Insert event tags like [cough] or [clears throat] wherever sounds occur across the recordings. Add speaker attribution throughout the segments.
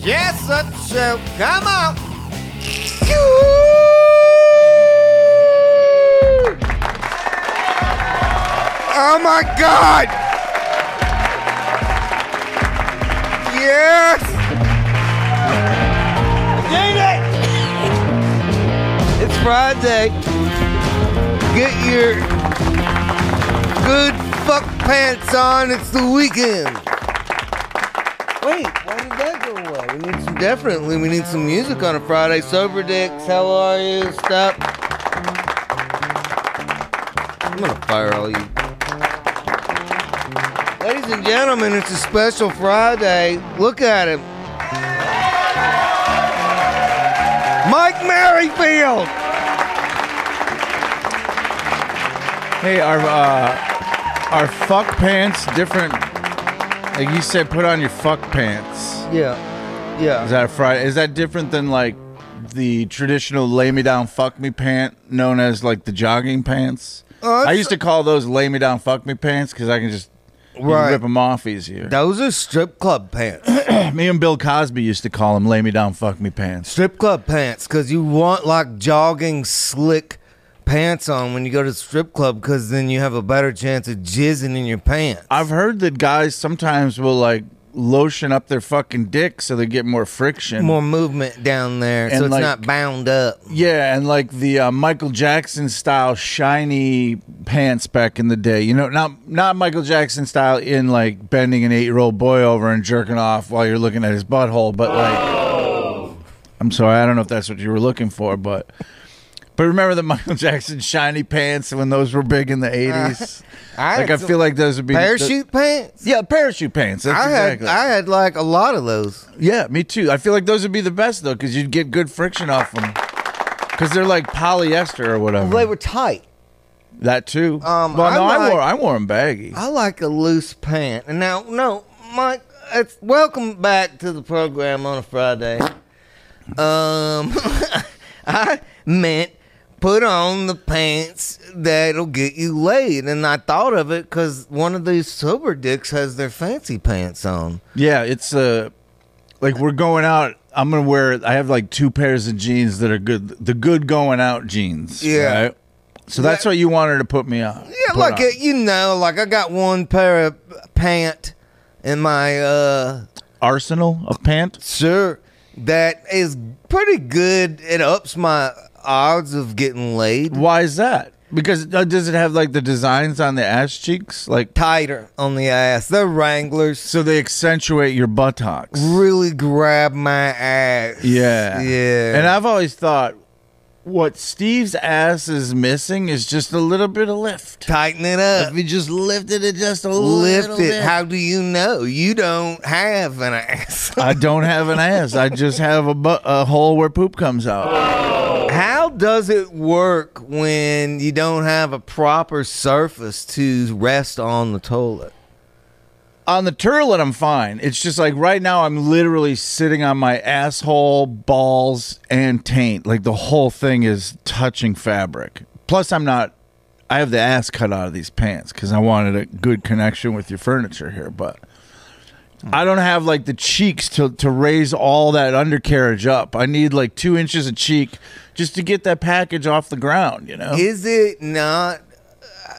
Speaker 1: Jessup Show. Come on. Oh my god! Yes! Dang it! It's Friday. Get your good fuck pants on. It's the weekend. Wait, why did that go away? We need some definitely. We need some music on a Friday. Sober dicks, how are you? Stop. I'm gonna fire all you. Ladies and gentlemen, it's a special Friday. Look at him. Mike Merrifield!
Speaker 2: Hey, our uh, our fuck pants different. Like you said, put on your fuck pants.
Speaker 1: Yeah.
Speaker 2: Is
Speaker 1: Yeah.
Speaker 2: that a Friday? Is that different than like the traditional lay me down fuck me pant known as like the jogging pants?
Speaker 1: Oh,
Speaker 2: I
Speaker 1: it's-
Speaker 2: used to call those lay me down fuck me pants because I can just you can
Speaker 1: Right.
Speaker 2: rip them off easier.
Speaker 1: Those are strip club pants. [coughs]
Speaker 2: me and Bill Cosby used to call them lay me down fuck me pants.
Speaker 1: strip club pants because you want like jogging slick pants on when you go to the strip club because then you have a better chance of jizzing in your pants.
Speaker 2: I've heard that guys sometimes will like lotion up their fucking dick so they get more friction.
Speaker 1: More movement down there so
Speaker 2: And,
Speaker 1: it's
Speaker 2: like-
Speaker 1: not bound up.
Speaker 2: Yeah, and like the uh, Michael Jackson style shiny pants back in the day. You know, not not Michael Jackson style in like bending an eight year old boy over and jerking off while you're looking at his butthole, but like, I'm sorry, I don't know if that's what you were looking for, but but remember the [laughs] Michael Jackson shiny pants when those were big in the '80s.
Speaker 1: Uh, I
Speaker 2: like
Speaker 1: had
Speaker 2: I
Speaker 1: some
Speaker 2: feel like those would be
Speaker 1: parachute pants.
Speaker 2: yeah, parachute pants. That's
Speaker 1: I had
Speaker 2: exactly.
Speaker 1: I had like a lot of those.
Speaker 2: Yeah, me too. I feel like those would be the best though, because you'd get good friction off them, because they're like polyester or whatever.
Speaker 1: They were tight.
Speaker 2: that too.
Speaker 1: Um,
Speaker 2: well,
Speaker 1: I
Speaker 2: no, I
Speaker 1: like-
Speaker 2: wore I wore them baggy.
Speaker 1: I like a loose pant. And now, no, Mike, it's, welcome back to the program on a Friday. Um, [laughs] I meant put on the pants that'll get you laid. And I thought of it because one of these sober dicks has their fancy pants on.
Speaker 2: yeah, it's uh, like we're going out. I'm gonna wear. I have like two pairs of jeans that are good. The good going out jeans.
Speaker 1: Yeah.
Speaker 2: right? So that's what you wanted to put me on.
Speaker 1: Yeah,
Speaker 2: put
Speaker 1: like,
Speaker 2: on.
Speaker 1: it, you know, like I got one pair of pant in my, uh,
Speaker 2: arsenal of pant.
Speaker 1: Sure. That is pretty good. It ups my odds of getting laid.
Speaker 2: Why is that? Because uh, does it have like the designs on the ass cheeks? Like
Speaker 1: Tighter on the ass. They're Wranglers.
Speaker 2: so they accentuate your buttocks.
Speaker 1: Really grab my ass.
Speaker 2: [laughs] Yeah.
Speaker 1: Yeah.
Speaker 2: And I've always thought what Steve's ass is missing is just a little bit of lift.
Speaker 1: tighten it up.
Speaker 2: If he just lifted it just a
Speaker 1: Lift
Speaker 2: little
Speaker 1: it.
Speaker 2: bit.
Speaker 1: How do you know? You don't have an ass.
Speaker 2: I don't have an ass. I just have a, bu- a hole where poop comes
Speaker 1: [laughs]
Speaker 2: out.
Speaker 1: How does it work when you don't have a proper surface to rest on the toilet?
Speaker 2: On the toilet, I'm fine. It's just like right now, I'm literally sitting on my asshole, balls, and taint. Like the whole thing is touching fabric. Plus, I'm not. I have the ass cut out of these pants because I wanted a good connection with your furniture here, but I don't have like the cheeks to to raise all that undercarriage up. I need like two inches of cheek just to get that package off the ground. You know,
Speaker 1: Is it not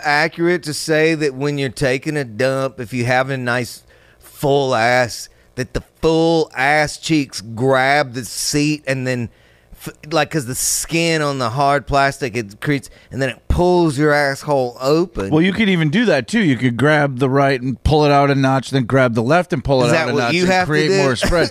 Speaker 1: accurate to say that when you're taking a dump, if you have a nice full ass, that the full ass cheeks grab the seat and then, f- like, because the skin on the hard plastic it creates and then it pulls your asshole open?
Speaker 2: Well, you could even do that too. You could grab the right and pull it out a notch, then grab the left and pull it
Speaker 1: Is that
Speaker 2: out a
Speaker 1: what
Speaker 2: notch
Speaker 1: you
Speaker 2: and
Speaker 1: have to
Speaker 2: create
Speaker 1: do? [laughs]
Speaker 2: more spread.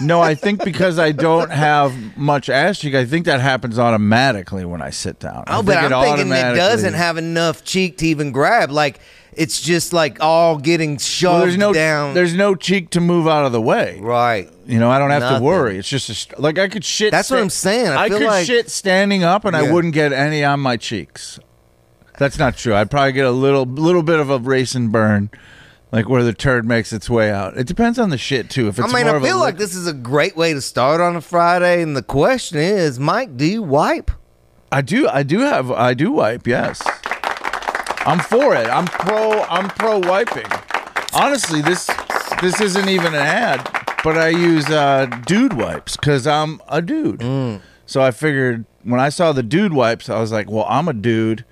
Speaker 2: no, I think because I don't have much ass cheek, I think that happens automatically when I sit down. I
Speaker 1: oh, but
Speaker 2: think
Speaker 1: I'm
Speaker 2: it
Speaker 1: thinking it doesn't
Speaker 2: automatically-
Speaker 1: have enough cheek to even grab. Like, It's just like all getting shoved
Speaker 2: Well, there's no
Speaker 1: down.
Speaker 2: there's no cheek to move out of the way.
Speaker 1: right.
Speaker 2: You know, I don't have
Speaker 1: Nothing.
Speaker 2: to worry. It's just a st- like I could shit.
Speaker 1: That's what I'm saying. I feel
Speaker 2: could
Speaker 1: like-
Speaker 2: shit standing up, and
Speaker 1: Yeah.
Speaker 2: I wouldn't get any on my cheeks. That's not true. I'd probably get a little little bit of a race and burn, like where the turd makes its way out. It depends on the shit too. If it's
Speaker 1: I mean,
Speaker 2: more
Speaker 1: I
Speaker 2: of a
Speaker 1: feel like
Speaker 2: lick-
Speaker 1: this is a great way to start on a Friday, and the question is, Mike, do you wipe?
Speaker 2: I do. I do have. I do wipe. Yes, I'm for it. I'm pro. I'm pro wiping. Honestly, this this isn't even an ad, but I use uh, dude wipes because I'm a dude. So I figured when I saw the dude wipes, I was like, well, I'm a dude,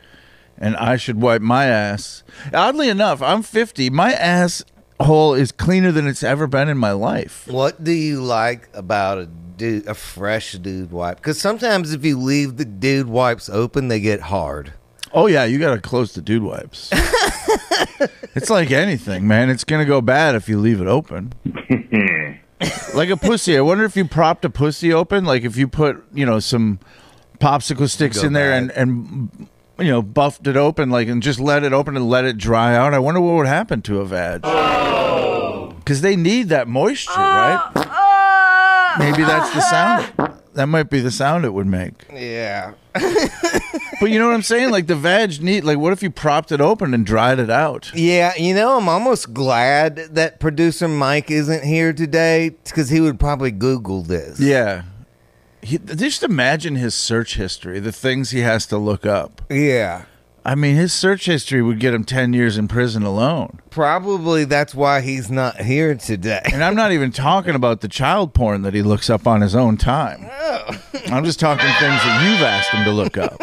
Speaker 2: and I should wipe my ass. Oddly enough, I'm 50. My ass hole is cleaner than it's ever been in my life.
Speaker 1: What do you like about a dude, a fresh dude wipe? Because sometimes if you leave the dude wipes open, they get hard.
Speaker 2: Oh yeah, you gotta close the dude wipes.
Speaker 1: [laughs]
Speaker 2: it's like anything, man. It's gonna go bad if you leave
Speaker 1: [laughs]
Speaker 2: it open. like a pussy. I wonder if you propped a pussy open, like if you put, you know, some popsicle sticks
Speaker 1: Go
Speaker 2: in there
Speaker 1: bad.
Speaker 2: and and you know, buffed it open, like and just let it open and let it dry out. I wonder what would happen to a vag.
Speaker 1: Oh.
Speaker 2: Because they need that moisture, right? Maybe that's the sound. That might be the sound it would make.
Speaker 1: Yeah.
Speaker 2: But you know what I'm saying? Like the vag need like what if you propped it open and dried it out?
Speaker 1: Yeah, you know, I'm almost glad that producer Mike isn't here today because he would probably Google this.
Speaker 2: Yeah. He, just imagine his search history, the things he has to look up.
Speaker 1: Yeah.
Speaker 2: I mean, his search history would get him 10 years in prison alone.
Speaker 1: Probably that's why he's not here today.
Speaker 2: And I'm not even talking about the child porn that he looks up on his own time. I'm just talking things that you've asked him to look up.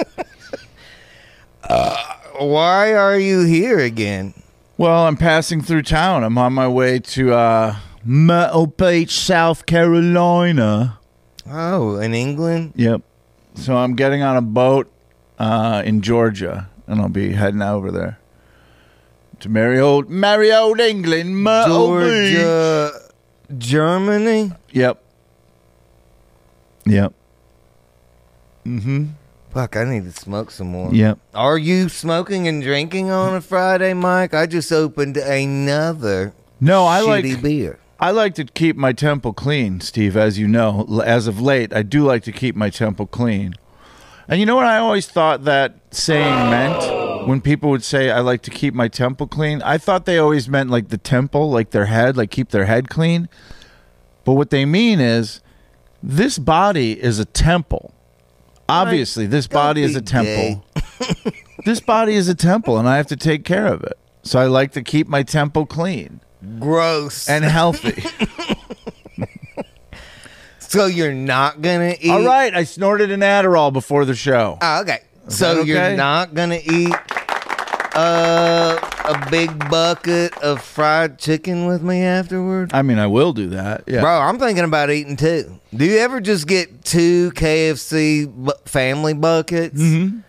Speaker 1: Why are you here again?
Speaker 2: Well, I'm passing through town. I'm on my way to uh, Myrtle Beach, South Carolina.
Speaker 1: Oh, in England?
Speaker 2: Yep. So I'm getting on a boat uh, in Georgia, and I'll be heading over there to merry old, merry old England, Myrtle Beach.
Speaker 1: Georgia, Germany?
Speaker 2: Yep. Yep.
Speaker 1: Fuck, I need to smoke some more.
Speaker 2: Yep.
Speaker 1: Are you smoking and drinking on a Friday, Mike? I just opened another
Speaker 2: No, I
Speaker 1: shitty
Speaker 2: like
Speaker 1: beer.
Speaker 2: I like to keep my temple clean, Steve. As you know, L- as of late, I do like to keep my temple clean. And you know what I always thought that saying meant? When people would say, I like to keep my temple clean, I thought they always meant like the temple, like their head, like keep their head clean. But what they mean is, this body is a temple. Obviously, this body is
Speaker 1: be
Speaker 2: a temple. [laughs] this body is a temple, and I have to take care of it. So I like to keep my temple clean
Speaker 1: Gross.
Speaker 2: and healthy. [laughs]
Speaker 1: so you're not gonna eat.
Speaker 2: All right, I snorted an Adderall before the show.
Speaker 1: Oh, okay. So
Speaker 2: that
Speaker 1: you're
Speaker 2: okay?
Speaker 1: not gonna eat uh, a big bucket of fried chicken with me afterward,
Speaker 2: I mean, I will do that. Yeah.
Speaker 1: bro. I'm thinking about eating two. Do you ever just get two KFC bu- family buckets and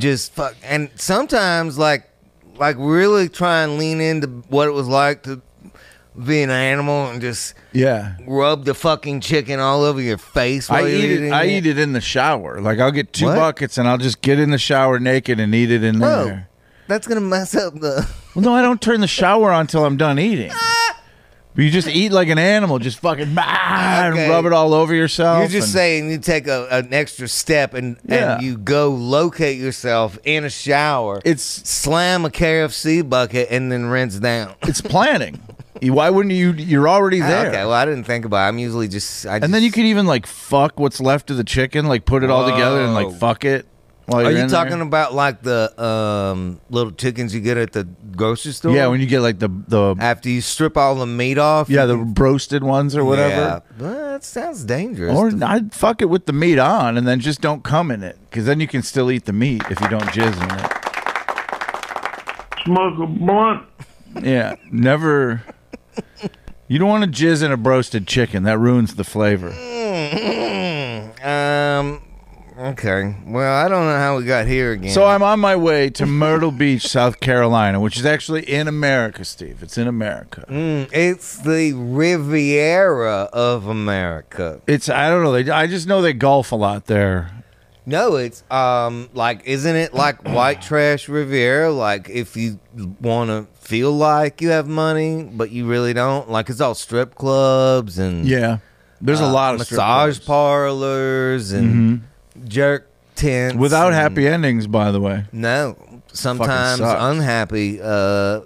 Speaker 1: just fuck? And sometimes, like, like really try and lean into what it was like to be an animal and just
Speaker 2: Yeah.
Speaker 1: rub the fucking chicken all over your face. While
Speaker 2: I
Speaker 1: you're
Speaker 2: eat
Speaker 1: eating
Speaker 2: it. I eat it in the shower. Like I'll get two
Speaker 1: What?
Speaker 2: buckets and I'll just get in the shower naked and eat it in
Speaker 1: Bro,
Speaker 2: there.
Speaker 1: that's gonna mess up the.
Speaker 2: Well, no, I don't turn the shower on till I'm done eating.
Speaker 1: Ah.
Speaker 2: you just eat like an animal, just fucking bah,
Speaker 1: Okay.
Speaker 2: and rub it all over yourself.
Speaker 1: You're just
Speaker 2: and-
Speaker 1: saying you take a, an extra step and,
Speaker 2: Yeah.
Speaker 1: and you go locate yourself in a shower,
Speaker 2: it's
Speaker 1: slam a KFC bucket, and then rinse down.
Speaker 2: it's planning. You- Why wouldn't you? You're already there.
Speaker 1: Ah, Okay, well, I didn't think about it. I'm usually just. I
Speaker 2: and then you could even like fuck what's left of the chicken, like put it all together and like
Speaker 1: Whoa.
Speaker 2: fuck it. While
Speaker 1: Are
Speaker 2: you're
Speaker 1: you
Speaker 2: in there.
Speaker 1: talking about like the um, little chickens you get at the grocery store?
Speaker 2: Yeah, when you get like the the
Speaker 1: After you strip all the meat off?
Speaker 2: Yeah,
Speaker 1: you
Speaker 2: the
Speaker 1: can-
Speaker 2: roasted ones or whatever.
Speaker 1: Yeah. Well, that sounds dangerous.
Speaker 2: Or I'd fuck it with the meat on and then just don't come in it because then you can still eat the meat if you don't jizz in
Speaker 3: smoke a blunt.
Speaker 2: it. Yeah, never. You don't want to jizz in a broasted chicken. That ruins the flavor.
Speaker 1: um, okay. Well, I don't know how we got here again.
Speaker 2: So I'm on my way to Myrtle Beach, South Carolina, which is actually in America, Steve. It's in America.
Speaker 1: Mm, it's the Riviera of America.
Speaker 2: It's I don't know. They, I just know they golf a lot there.
Speaker 1: No, it's um like isn't it
Speaker 2: [clears throat]
Speaker 1: like white trash Riviera? Like if you want to feel like you have money, but you really don't. Like it's all strip clubs and
Speaker 2: Yeah. There's a
Speaker 1: uh,
Speaker 2: lot of strip
Speaker 1: massage
Speaker 2: clubs. Mm-hmm.
Speaker 1: parlors and jerk tents
Speaker 2: without
Speaker 1: and-
Speaker 2: happy endings, by the way.
Speaker 1: No, sometimes
Speaker 2: sucks.
Speaker 1: unhappy uh, uh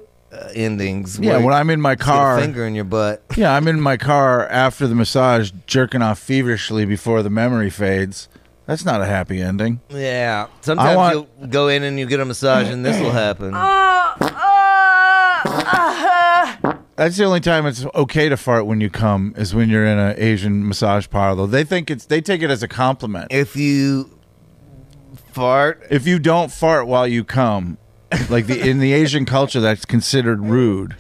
Speaker 1: endings.
Speaker 2: Yeah,
Speaker 1: where
Speaker 2: when I'm in my
Speaker 1: you get a
Speaker 2: car,
Speaker 1: finger in your butt.
Speaker 2: yeah, I'm in my car after the massage, jerking off feverishly before the memory fades. That's not a happy ending.
Speaker 1: Yeah, sometimes
Speaker 2: want-
Speaker 1: you'll go in and you get a massage, and
Speaker 2: [coughs]
Speaker 1: this will happen.
Speaker 2: That's the only time it's okay to fart when you come is when you're in an Asian massage parlor. They think it's they take it as a compliment.
Speaker 1: If you fart,
Speaker 2: If you don't fart while you come, like the in the Asian culture, that's considered rude.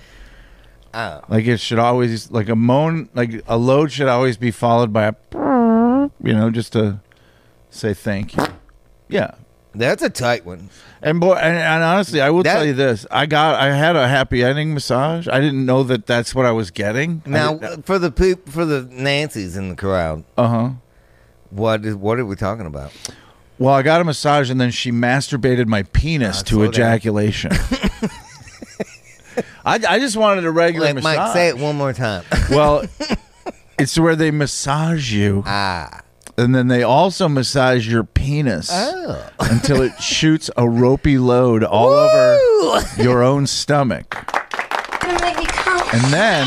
Speaker 1: Oh.
Speaker 2: Like it should always like a moan, like a load should always be followed by a, you know, just to say thank you. Yeah,
Speaker 1: that's a tight one.
Speaker 2: And boy, and, and honestly, I will
Speaker 1: That-
Speaker 2: tell you this: I got, I had a happy ending massage. I didn't know that that's what I was getting.
Speaker 1: Now for the poop for the Nancys in the crowd,
Speaker 2: uh huh.
Speaker 1: what is what are we talking about?
Speaker 2: Well, I got a massage, and then she masturbated my penis
Speaker 1: Ah, slow
Speaker 2: to
Speaker 1: down. [laughs]
Speaker 2: ejaculation. [laughs] I, I just wanted a regular
Speaker 1: Like
Speaker 2: massage.
Speaker 1: Mike, say it one more time.
Speaker 2: Well, it's where they massage you, [laughs]
Speaker 1: ah,
Speaker 2: and then they also massage your penis
Speaker 1: oh,
Speaker 2: until it shoots a ropey load all over
Speaker 1: Woo!
Speaker 2: your own stomach.
Speaker 3: gonna make me come.
Speaker 2: And
Speaker 4: [laughs]
Speaker 2: then,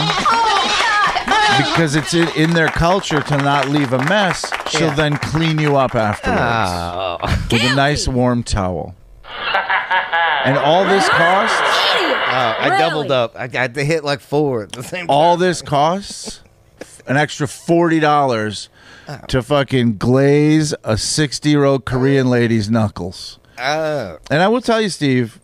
Speaker 4: Oh,
Speaker 2: because it's in, in their culture to not leave a mess, she'll
Speaker 1: Yeah.
Speaker 2: then clean you up afterwards Ah.
Speaker 1: Oh.
Speaker 2: with a nice warm towel. [laughs] and all this costs,
Speaker 1: Uh, I doubled up. I got to hit like four at the same time.
Speaker 2: all this costs an extra $40 to fucking glaze a 60 year old Korean lady's knuckles.
Speaker 1: Oh.
Speaker 2: And I will tell you, Steve,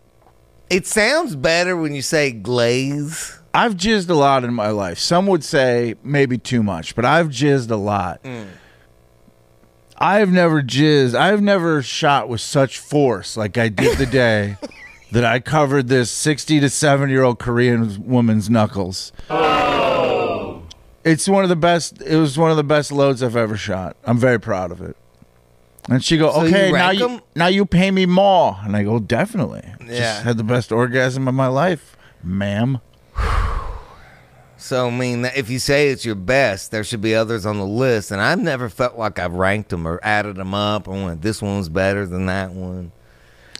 Speaker 1: It sounds better when you say glaze.
Speaker 2: I've jizzed a lot in my life. Some would say maybe too much, but I've jizzed a lot.
Speaker 1: Mm.
Speaker 2: I've never jizzed. I've never shot with such force like I did
Speaker 1: [laughs]
Speaker 2: the day that I covered this 60 to 7 year old Korean woman's knuckles.
Speaker 1: Oh.
Speaker 2: It's one of the best. It was one of the best loads I've ever shot. I'm very proud of it. And she go,
Speaker 1: So you
Speaker 2: okay, now
Speaker 1: rank
Speaker 2: you
Speaker 1: 'em?
Speaker 2: now you pay me more. And I go, definitely.
Speaker 1: Yeah.
Speaker 2: Just had the best orgasm of my life, ma'am.
Speaker 1: So I mean, if you say it's your best, there should be others on the list. And I've never felt like I've ranked them or added them up or went, this one's better than that one.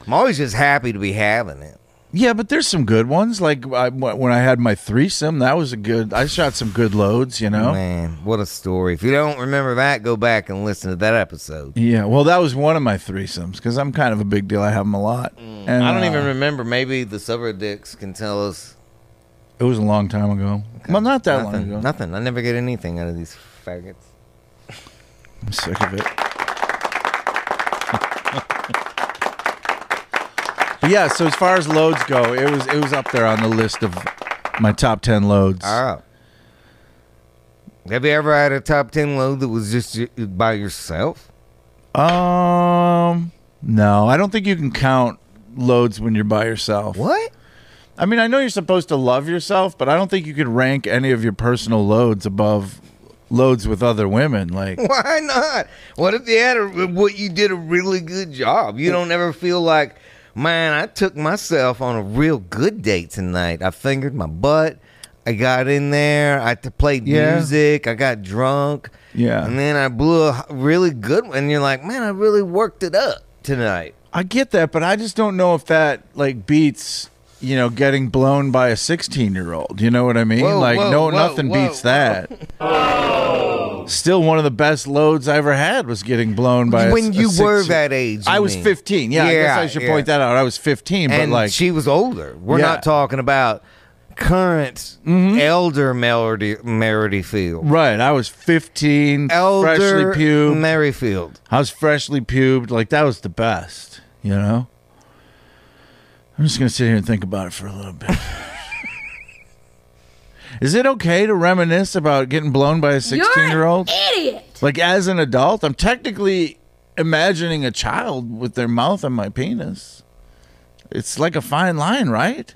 Speaker 1: I'm always just happy to be having it.
Speaker 2: Yeah, but there's some good ones. Like I, when I had my threesome, that was a good. I shot some good loads, you know.
Speaker 1: Man, what a story! If you don't remember that, go back and listen to that episode.
Speaker 2: Yeah, well, that was one of my threesomes because I'm kind of a big deal. I have them a lot. And,
Speaker 1: Mm. I don't even
Speaker 2: uh,
Speaker 1: remember. Maybe the sober dicks can tell us.
Speaker 2: It was a long time ago. Well, not that
Speaker 1: nothing,
Speaker 2: long ago.
Speaker 1: nothing. I never get anything out of these faggots.
Speaker 2: I'm sick of it. [laughs] but yeah, so as far as loads go, it was it was up there on the list of my top ten loads.
Speaker 1: Oh. Have you ever had a top 10 load that was just y- by yourself?
Speaker 2: Um, no, I don't think you can count loads when you're by yourself.
Speaker 1: What?
Speaker 2: I mean, I know you're supposed to love yourself, but I don't think you could rank any of your personal loads above loads with other women.
Speaker 1: [laughs] [laughs]
Speaker 2: Like,
Speaker 1: Why not? What if you had a, what you did a really good job? You don't ever feel like, man, I took myself on a real good date tonight. I fingered my butt. I got in there. I t- played
Speaker 2: Yeah.
Speaker 1: music. I got drunk.
Speaker 2: Yeah.
Speaker 1: And then I blew a h- really good one. And you're like, man, I really worked it up tonight.
Speaker 2: I get that, but I just don't know if that like beats you know getting blown by a 16 year old. You know what I mean?
Speaker 1: Whoa,
Speaker 2: like,
Speaker 1: whoa,
Speaker 2: no,
Speaker 1: whoa,
Speaker 2: nothing
Speaker 1: whoa,
Speaker 2: beats that. Still, one of the best loads I ever had was getting blown by a-
Speaker 1: when
Speaker 2: a
Speaker 1: you were
Speaker 2: 16
Speaker 1: that age.
Speaker 2: I
Speaker 1: you
Speaker 2: was
Speaker 1: mean.
Speaker 2: 15. Yeah, I guess
Speaker 1: Yeah,
Speaker 2: I should
Speaker 1: yeah.
Speaker 2: point that out. I was 15,
Speaker 1: and
Speaker 2: but like
Speaker 1: she was older. We're
Speaker 2: Yeah. Mm-hmm.
Speaker 1: not talking about current elder Melody Merrifield.
Speaker 2: Right, I was 15, freshly
Speaker 1: Elder
Speaker 2: pubed.
Speaker 1: Merrifield.
Speaker 2: I was freshly pubed. Like that was the best, you know. I'm just gonna sit here and think about it for a little bit. Is it okay to reminisce about getting blown by a 16 year old?
Speaker 3: Idiot.
Speaker 2: Like as an adult, I'm technically imagining a child with their mouth on my penis. It's like a fine line, right?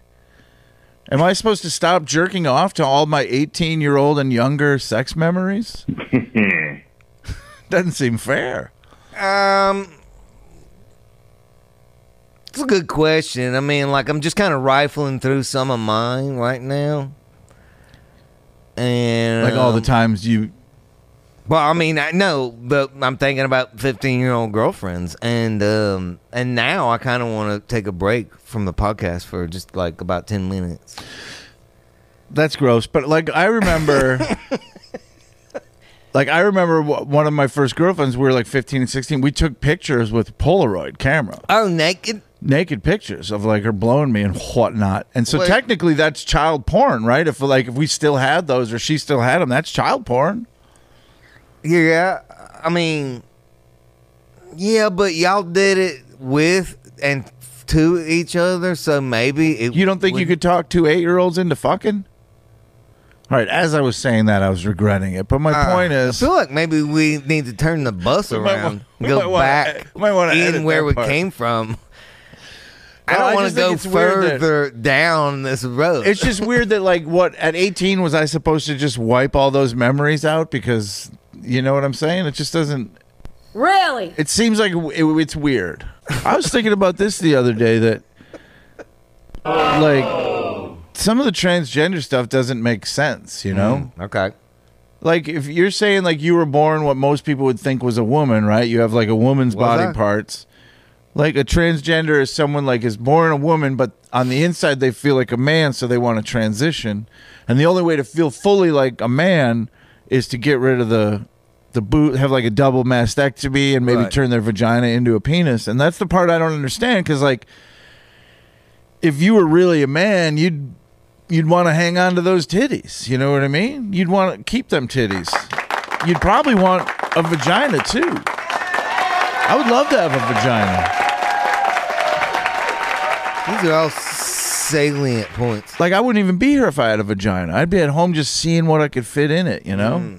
Speaker 2: Am I supposed to stop jerking off to all my 18 year old and younger sex memories? Doesn't seem fair.
Speaker 1: Um, It's a good question. I mean, like I'm just kind of rifling through some of mine right now, and
Speaker 2: Like all the
Speaker 1: um,
Speaker 2: times you.
Speaker 1: Well, I mean, I know, but I'm thinking about 15 year old girlfriends, and um, and now I kind of want to take a break from the podcast for just like about 10 minutes.
Speaker 2: That's gross, but like I remember.
Speaker 1: [laughs]
Speaker 2: Like I remember, w- one of my first girlfriends. We were like fifteen and sixteen. We took pictures with Polaroid camera.
Speaker 1: Oh, naked?
Speaker 2: naked pictures of like her blowing me and whatnot. And so
Speaker 1: Wait.
Speaker 2: technically, that's child porn, right? If like if we still had those or she still had them, that's child porn.
Speaker 1: Yeah, I mean, yeah, but y'all did it with and to each other, so maybe it
Speaker 2: You don't think you
Speaker 1: would-
Speaker 2: could talk two eight year olds into fucking? All right. As I was saying that, I was regretting it. But my
Speaker 1: Uh,
Speaker 2: point
Speaker 1: I
Speaker 2: is,
Speaker 1: feel like maybe we need to turn the bus
Speaker 2: might
Speaker 1: around,
Speaker 2: wa- we
Speaker 1: go
Speaker 2: might wanna-
Speaker 1: back
Speaker 2: we might wanna edit
Speaker 1: in where
Speaker 2: that
Speaker 1: we
Speaker 2: part.
Speaker 1: came from. I
Speaker 2: No,
Speaker 1: don't
Speaker 2: I
Speaker 1: want to
Speaker 2: just think
Speaker 1: go
Speaker 2: it's weird that-
Speaker 1: further down this road.
Speaker 2: it's just weird that like what at eighteen was I supposed to just wipe all those memories out because you know what I'm saying? It just doesn't.
Speaker 5: Really?
Speaker 2: It seems like it, it's weird. I was thinking about this the other day that, like, some of the transgender stuff doesn't make sense, you
Speaker 1: Mm-hmm.
Speaker 2: know?
Speaker 1: okay.
Speaker 2: Like, if you're saying, like, you were born what most people would think was a woman, right? You have, like, a woman's
Speaker 1: Was
Speaker 2: body
Speaker 1: I?
Speaker 2: parts. Like, a transgender is someone, like, is born a woman, but on the inside they feel like a man, so they want to transition. And the only way to feel fully like a man is to get rid of the. The boot have like a double mastectomy and maybe
Speaker 1: Right.
Speaker 2: turn their vagina into a penis, and that's the part I don't understand because like if you were really a man, you'd you'd want to hang on to those titties. You know what I mean? You'd want to keep them titties. You'd probably want a vagina too. I would love to have a vagina.
Speaker 1: These are all salient points.
Speaker 2: Like I wouldn't even be here if I had a vagina. I'd be at home just seeing what I could fit in it. You know?
Speaker 1: Hmm.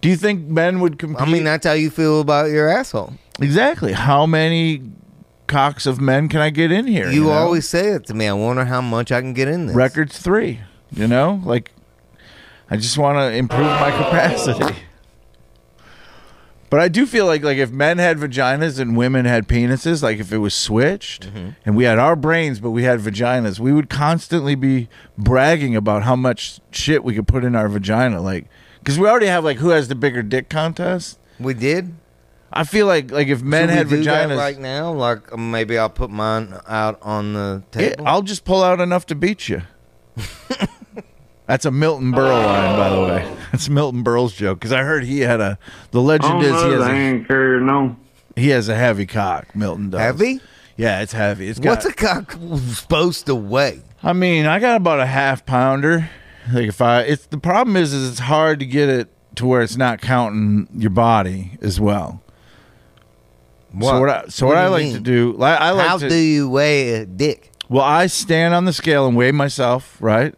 Speaker 2: Do you think men would compete?
Speaker 1: I mean, that's how you feel about your asshole.
Speaker 2: exactly. How many cocks of men can I get in here?
Speaker 1: You
Speaker 2: know?
Speaker 1: always say it to me. I wonder how much I can get in this.
Speaker 2: records three. You know, like I just want to improve my capacity. But I do feel like like if men had vaginas and women had penises, like if it was switched
Speaker 1: Mm-hmm.
Speaker 2: and we had our brains but we had vaginas, we would constantly be bragging about how much shit we could put in our vagina, like because we already have like who has the bigger dick contest.
Speaker 1: We did.
Speaker 2: I feel like like if men
Speaker 1: Should we
Speaker 2: had
Speaker 1: do that
Speaker 2: vaginas,
Speaker 1: right now. Like um, maybe I'll put mine out on the
Speaker 2: Yeah,
Speaker 1: table.
Speaker 2: I'll just pull out enough to beat
Speaker 1: [laughs]
Speaker 2: you. That's a Milton Berle line, by the
Speaker 1: Oh.
Speaker 2: way. That's Milton Berle's joke because I heard he had a. The
Speaker 1: Oh,
Speaker 2: legend is he has
Speaker 6: I
Speaker 2: a,
Speaker 6: ain't carrying no.
Speaker 2: he has a heavy cock. Milton does.
Speaker 1: Heavy?
Speaker 2: Yeah, it's heavy. It's got.
Speaker 1: What's a cock supposed to weigh?
Speaker 2: I mean, I got about a half pounder. Like if I, it's the problem is, is it's hard to get it to where it's not counting your body as well. So what I, so
Speaker 1: What
Speaker 2: what,
Speaker 1: do
Speaker 2: I
Speaker 1: you
Speaker 2: like to
Speaker 1: mean?
Speaker 2: do, like I like
Speaker 1: how
Speaker 2: to.
Speaker 1: do you weigh a dick?
Speaker 2: well, I stand on the scale and weigh myself, right?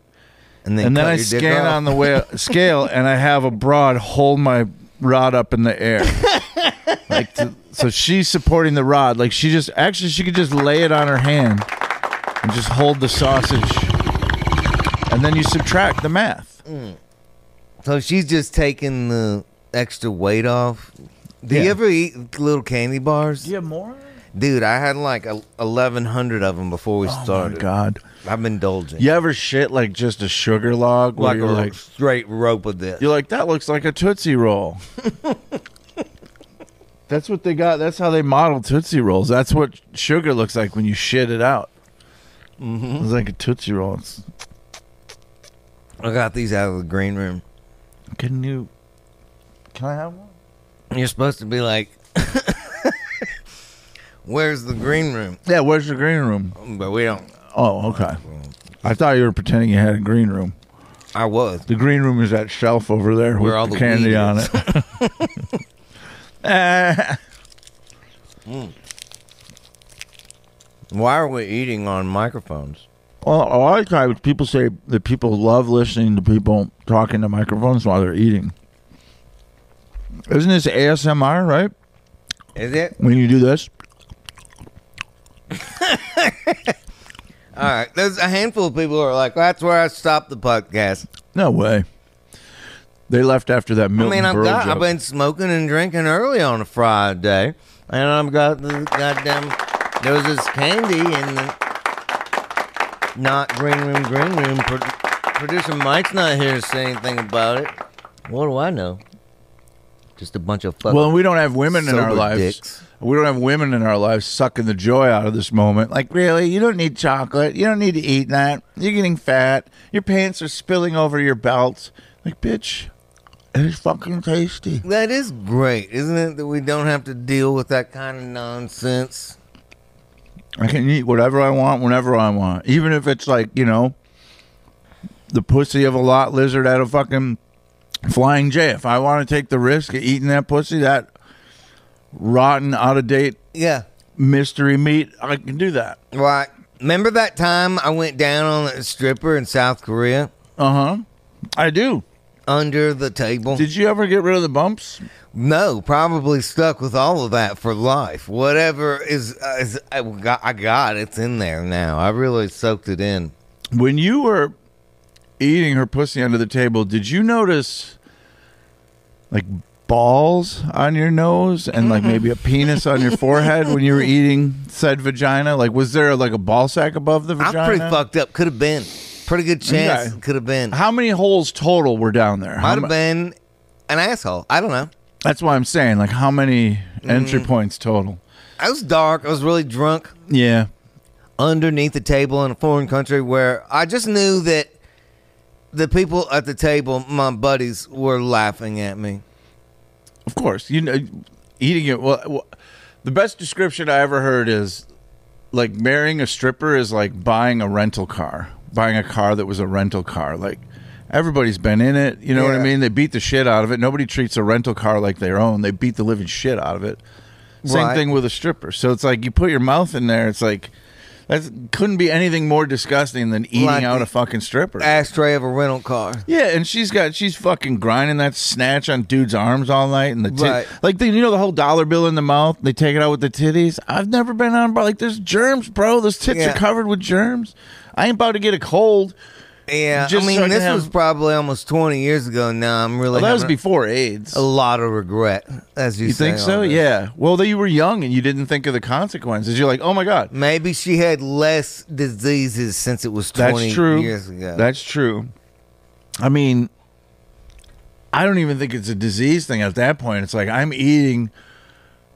Speaker 1: then,
Speaker 2: and then
Speaker 1: cut
Speaker 2: I
Speaker 1: your dick
Speaker 2: scan
Speaker 1: off?
Speaker 2: on the way,
Speaker 1: [laughs]
Speaker 2: scale, and I have a broad hold my rod up in the
Speaker 1: [laughs]
Speaker 2: air, like to, so she's supporting the rod. Like she just actually she could just lay it on her hand and just hold the sausage, and then you subtract the math.
Speaker 1: So she's just taking the extra weight off. Do you
Speaker 2: Yeah.
Speaker 1: ever eat little candy bars?
Speaker 2: Yeah, more.
Speaker 1: Dude, I had like a, 1,100 of them before we
Speaker 2: Oh
Speaker 1: started.
Speaker 2: my god!
Speaker 1: I'm indulging.
Speaker 2: You ever shit like just a sugar log? Where
Speaker 1: Like a
Speaker 2: you're like
Speaker 1: straight rope of this.
Speaker 2: you're like that looks like a tootsie [laughs] roll. That's what they got. That's how they model Tootsie Rolls. That's what sugar looks like when you shit it out. It's like a Tootsie Roll. It's,
Speaker 1: I got these out of the green room.
Speaker 2: can you? Can I have one?
Speaker 1: You're supposed to be like, [laughs] where's the green room?
Speaker 2: Yeah. Where's the green room?
Speaker 1: But we don't.
Speaker 2: Oh, okay. I thought you were pretending you had a green room.
Speaker 1: I was.
Speaker 2: The green room is that shelf over there
Speaker 1: Where
Speaker 2: with
Speaker 1: all
Speaker 2: the
Speaker 1: the
Speaker 2: candy
Speaker 1: weed
Speaker 2: on
Speaker 1: is.
Speaker 2: it.
Speaker 1: [laughs]
Speaker 2: [laughs] Eh.
Speaker 1: Why are we eating on microphones?
Speaker 2: well, a lot of times people say that people love listening to people talking to microphones while they're eating. Isn't this ASMR, right?
Speaker 1: Is it?
Speaker 2: When you do this,
Speaker 1: All right. There's a handful of people who are like, that's where I stopped the podcast.
Speaker 2: No way. They left after that
Speaker 1: I
Speaker 2: Milton
Speaker 1: mean, I've
Speaker 2: Berle
Speaker 1: got,
Speaker 2: joke.
Speaker 1: I've been smoking and drinking early on a Friday, and I've got the goddamn There was this candy in the not green room, green room. Pro- producer Mike's not here to say anything about it. What do I know? Just a bunch of fucking.
Speaker 2: Well, and we don't have women in our
Speaker 1: sober
Speaker 2: lives.
Speaker 1: dicks.
Speaker 2: We don't have women in our lives sucking the joy out of this moment. Like, really? You don't need chocolate. You don't need to eat that. You're getting fat. Your pants are spilling over your belts. Like, bitch, it's fucking tasty.
Speaker 1: that is great, isn't it? That we don't have to deal with that kind of nonsense.
Speaker 2: I can eat whatever I want whenever I want. Even if it's like, you know, the pussy of a lot lizard at a fucking flying J. If I want to take the risk of eating that pussy, that rotten, out of date
Speaker 1: Yeah.
Speaker 2: mystery meat, I can do that.
Speaker 1: Right. Remember that time I went down on a stripper in South Korea
Speaker 2: Uh huh. I do.
Speaker 1: under the table?
Speaker 2: Did you ever get rid of the bumps?
Speaker 1: No, probably stuck with all of that for life. Whatever is, uh, is I got, I got it's in there now. I really soaked it in.
Speaker 2: When you were eating her pussy under the table, did you notice like balls on your nose and like maybe
Speaker 1: Mm-hmm.
Speaker 2: a penis on your forehead when
Speaker 1: [laughs]
Speaker 2: you were eating said vagina? Like, was there like a ball sack above the vagina?
Speaker 1: I'm pretty fucked up. Could have been. Pretty good chance.
Speaker 2: Okay.
Speaker 1: Could have been.
Speaker 2: How many holes total were down there? How
Speaker 1: Might
Speaker 2: mu-
Speaker 1: have been an asshole. I don't know.
Speaker 2: That's why I'm saying, like, how many entry
Speaker 1: Mm.
Speaker 2: points total?
Speaker 1: I was dark. I was really drunk
Speaker 2: Yeah.
Speaker 1: underneath the table in a foreign country where I just knew that the people at the table, my buddies, were laughing at me.
Speaker 2: Of course, you know, eating it. Well, well, the best description I ever heard is like marrying a stripper is like buying a rental car, buying a car that was a rental car. Like everybody's been in it. You know what I
Speaker 1: Yeah.
Speaker 2: mean? They beat the shit out of it. Nobody treats a rental car like their own. They beat the living shit out of it. Same
Speaker 1: Right.
Speaker 2: thing with a stripper. So it's like you put your mouth in there. It's like that couldn't be anything more disgusting than eating
Speaker 1: Like
Speaker 2: out
Speaker 1: the
Speaker 2: a fucking stripper.
Speaker 1: Ashtray of a rental car.
Speaker 2: Yeah, and she's got she's fucking grinding that snatch on dude's arms all night and the tit-
Speaker 1: Right.
Speaker 2: like the, you know the whole dollar bill in the mouth. They take it out with the titties. I've never been on bro. Like there's germs, bro. Those tits
Speaker 1: Yeah.
Speaker 2: are covered with germs. I ain't about to get a cold.
Speaker 1: Yeah,
Speaker 2: Just
Speaker 1: I mean,
Speaker 2: so I can
Speaker 1: this
Speaker 2: have-
Speaker 1: was probably almost 20 years ago now. I'm really
Speaker 2: Well, that was
Speaker 1: having
Speaker 2: before AIDS.
Speaker 1: a lot of regret, as you,
Speaker 2: You
Speaker 1: say
Speaker 2: think
Speaker 1: all
Speaker 2: so?
Speaker 1: this.
Speaker 2: Yeah. Well, that you were young and you didn't think of the consequences. You're like, oh my god,
Speaker 1: Maybe she had less diseases since it was 20
Speaker 2: that's true.
Speaker 1: years ago.
Speaker 2: That's true. I mean, I don't even think it's a disease thing at that point. It's like I'm eating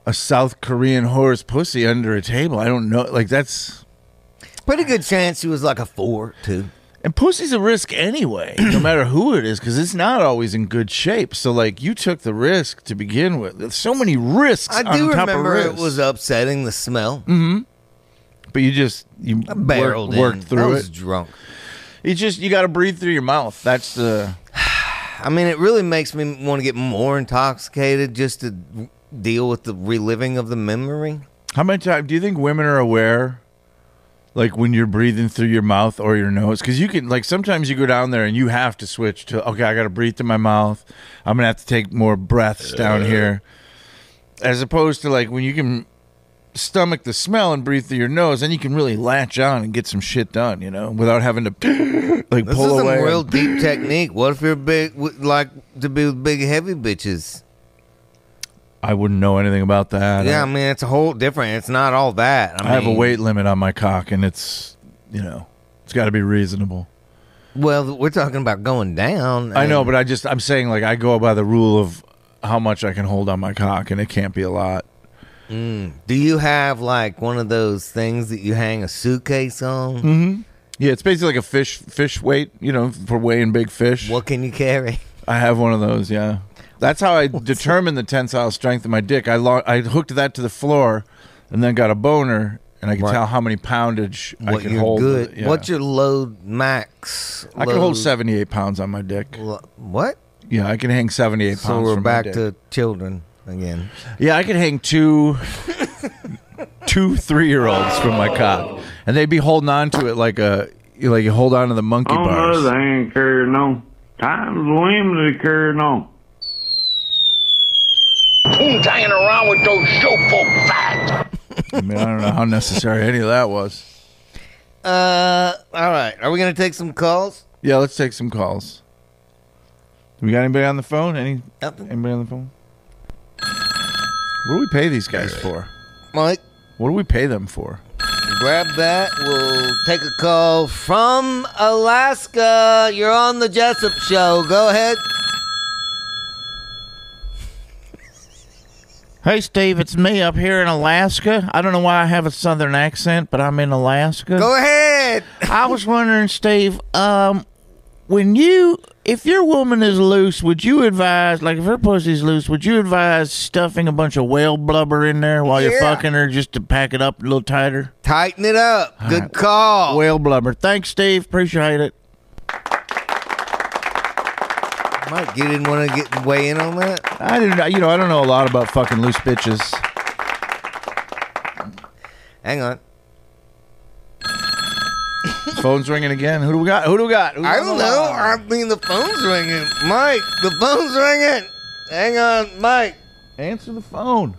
Speaker 2: a South Korean whore's pussy under a table. I don't know. Like that's
Speaker 1: Pretty good chance she was like a four, too.
Speaker 2: and pussy's a
Speaker 1: [clears throat]
Speaker 2: risk anyway, no matter who it is, because it's not always in good shape. So like you took the risk to begin with. There's so many risks.
Speaker 1: I do
Speaker 2: on top of Mm,
Speaker 1: remember it
Speaker 2: risks.
Speaker 1: was upsetting the smell.
Speaker 2: but you just you
Speaker 1: I
Speaker 2: worked,
Speaker 1: barreled in.
Speaker 2: worked
Speaker 1: I
Speaker 2: through
Speaker 1: was
Speaker 2: it.
Speaker 1: drunk.
Speaker 2: It's just you got to breathe through your mouth. That's the
Speaker 1: I mean, it really makes me want to get more intoxicated just to deal with the reliving of the memory.
Speaker 2: How many times do you think women are aware, like when you're breathing through your mouth or your nose? Because you can, like, sometimes you go down there and you have to switch to, okay, I got to breathe through my mouth. I'm going to have to take more breaths down here. As opposed to, like, when you can stomach the smell and breathe through your nose, then you can really latch on and get some shit done, you know, without
Speaker 1: [laughs]
Speaker 2: having to, like,
Speaker 1: This
Speaker 2: pull
Speaker 1: is
Speaker 2: away.
Speaker 1: a real
Speaker 2: [clears throat]
Speaker 1: deep technique. What if you're big, would like to be with big, heavy bitches?
Speaker 2: I wouldn't know anything about that.
Speaker 1: Yeah, I
Speaker 2: I,
Speaker 1: mean, it's a whole different. It's not all that. I,
Speaker 2: I have a
Speaker 1: mean,
Speaker 2: weight limit on my cock, and it's, you know, it's got to be reasonable.
Speaker 1: Well, we're talking about going down.
Speaker 2: I know,
Speaker 1: and
Speaker 2: but I just I'm saying like I go by the rule of how much I can hold on my cock, and it can't be a lot.
Speaker 1: do you have like one of those things that you hang a suitcase on?
Speaker 2: Mm-hmm. Yeah, it's basically like a fish fish weight, you know, for weighing big fish.
Speaker 1: What can you carry?
Speaker 2: I have one of those. Yeah, that's how I determine the tensile strength of my dick. I lo- I hooked that to the floor, and then got a boner, and I can
Speaker 1: Right.
Speaker 2: tell how many poundage
Speaker 1: [laughs]
Speaker 2: I
Speaker 1: What
Speaker 2: can
Speaker 1: you're
Speaker 2: hold. with
Speaker 1: good?
Speaker 2: it, yeah.
Speaker 1: What's your load max?
Speaker 2: I can hold
Speaker 1: load-
Speaker 2: seventy eight pounds on my dick.
Speaker 1: lo- What?
Speaker 2: Yeah, I can hang seventy eight
Speaker 1: So
Speaker 2: pounds.
Speaker 1: we're
Speaker 2: from my
Speaker 1: back
Speaker 2: dick.
Speaker 1: to children again.
Speaker 2: Yeah, I could hang two, two three-year-olds from my cock, and they'd be holding on to it like a you- like you hold on to the monkey
Speaker 5: I
Speaker 2: bars.
Speaker 5: don't know, they ain't carrying on. Time's limited carrying on.
Speaker 6: who's hanging around with those showful fags?
Speaker 2: I mean, I don't know how necessary any of that was.
Speaker 1: Uh, all right. Are we gonna take some calls?
Speaker 2: Yeah, let's take some calls. Do we got anybody on the phone? Any
Speaker 1: Nothing.
Speaker 2: anybody on the phone? What do we pay these guys for?
Speaker 1: Mike,
Speaker 2: What do we pay them for?
Speaker 1: Grab that. We'll take a call from Alaska. You're on the Jessup Show. Go ahead.
Speaker 2: Hey, Steve, it's me up here in Alaska. I don't know why I have a southern accent, but I'm in Alaska.
Speaker 1: Go ahead.
Speaker 2: I was wondering, Steve, um, when you, if your woman is loose, would you advise, like if her pussy's loose, would you advise stuffing a bunch of whale blubber in there while you're
Speaker 1: Yeah.
Speaker 2: fucking her just to pack it up a little tighter?
Speaker 1: Tighten it up. Good
Speaker 2: right.
Speaker 1: call.
Speaker 2: Whale blubber. Thanks, Steve. Appreciate it.
Speaker 1: Mike, you didn't want to get weigh in on that?
Speaker 2: I didn't, you know, I don't know a lot about fucking loose bitches.
Speaker 1: Hang on.
Speaker 2: Phone's ringing again. Who do we got? Who do we got? Who's
Speaker 1: I
Speaker 2: on the
Speaker 1: don't know. Um,
Speaker 2: line?
Speaker 1: I mean, the phone's ringing. Mike, the phone's ringing. Hang on, Mike.
Speaker 2: Answer the phone.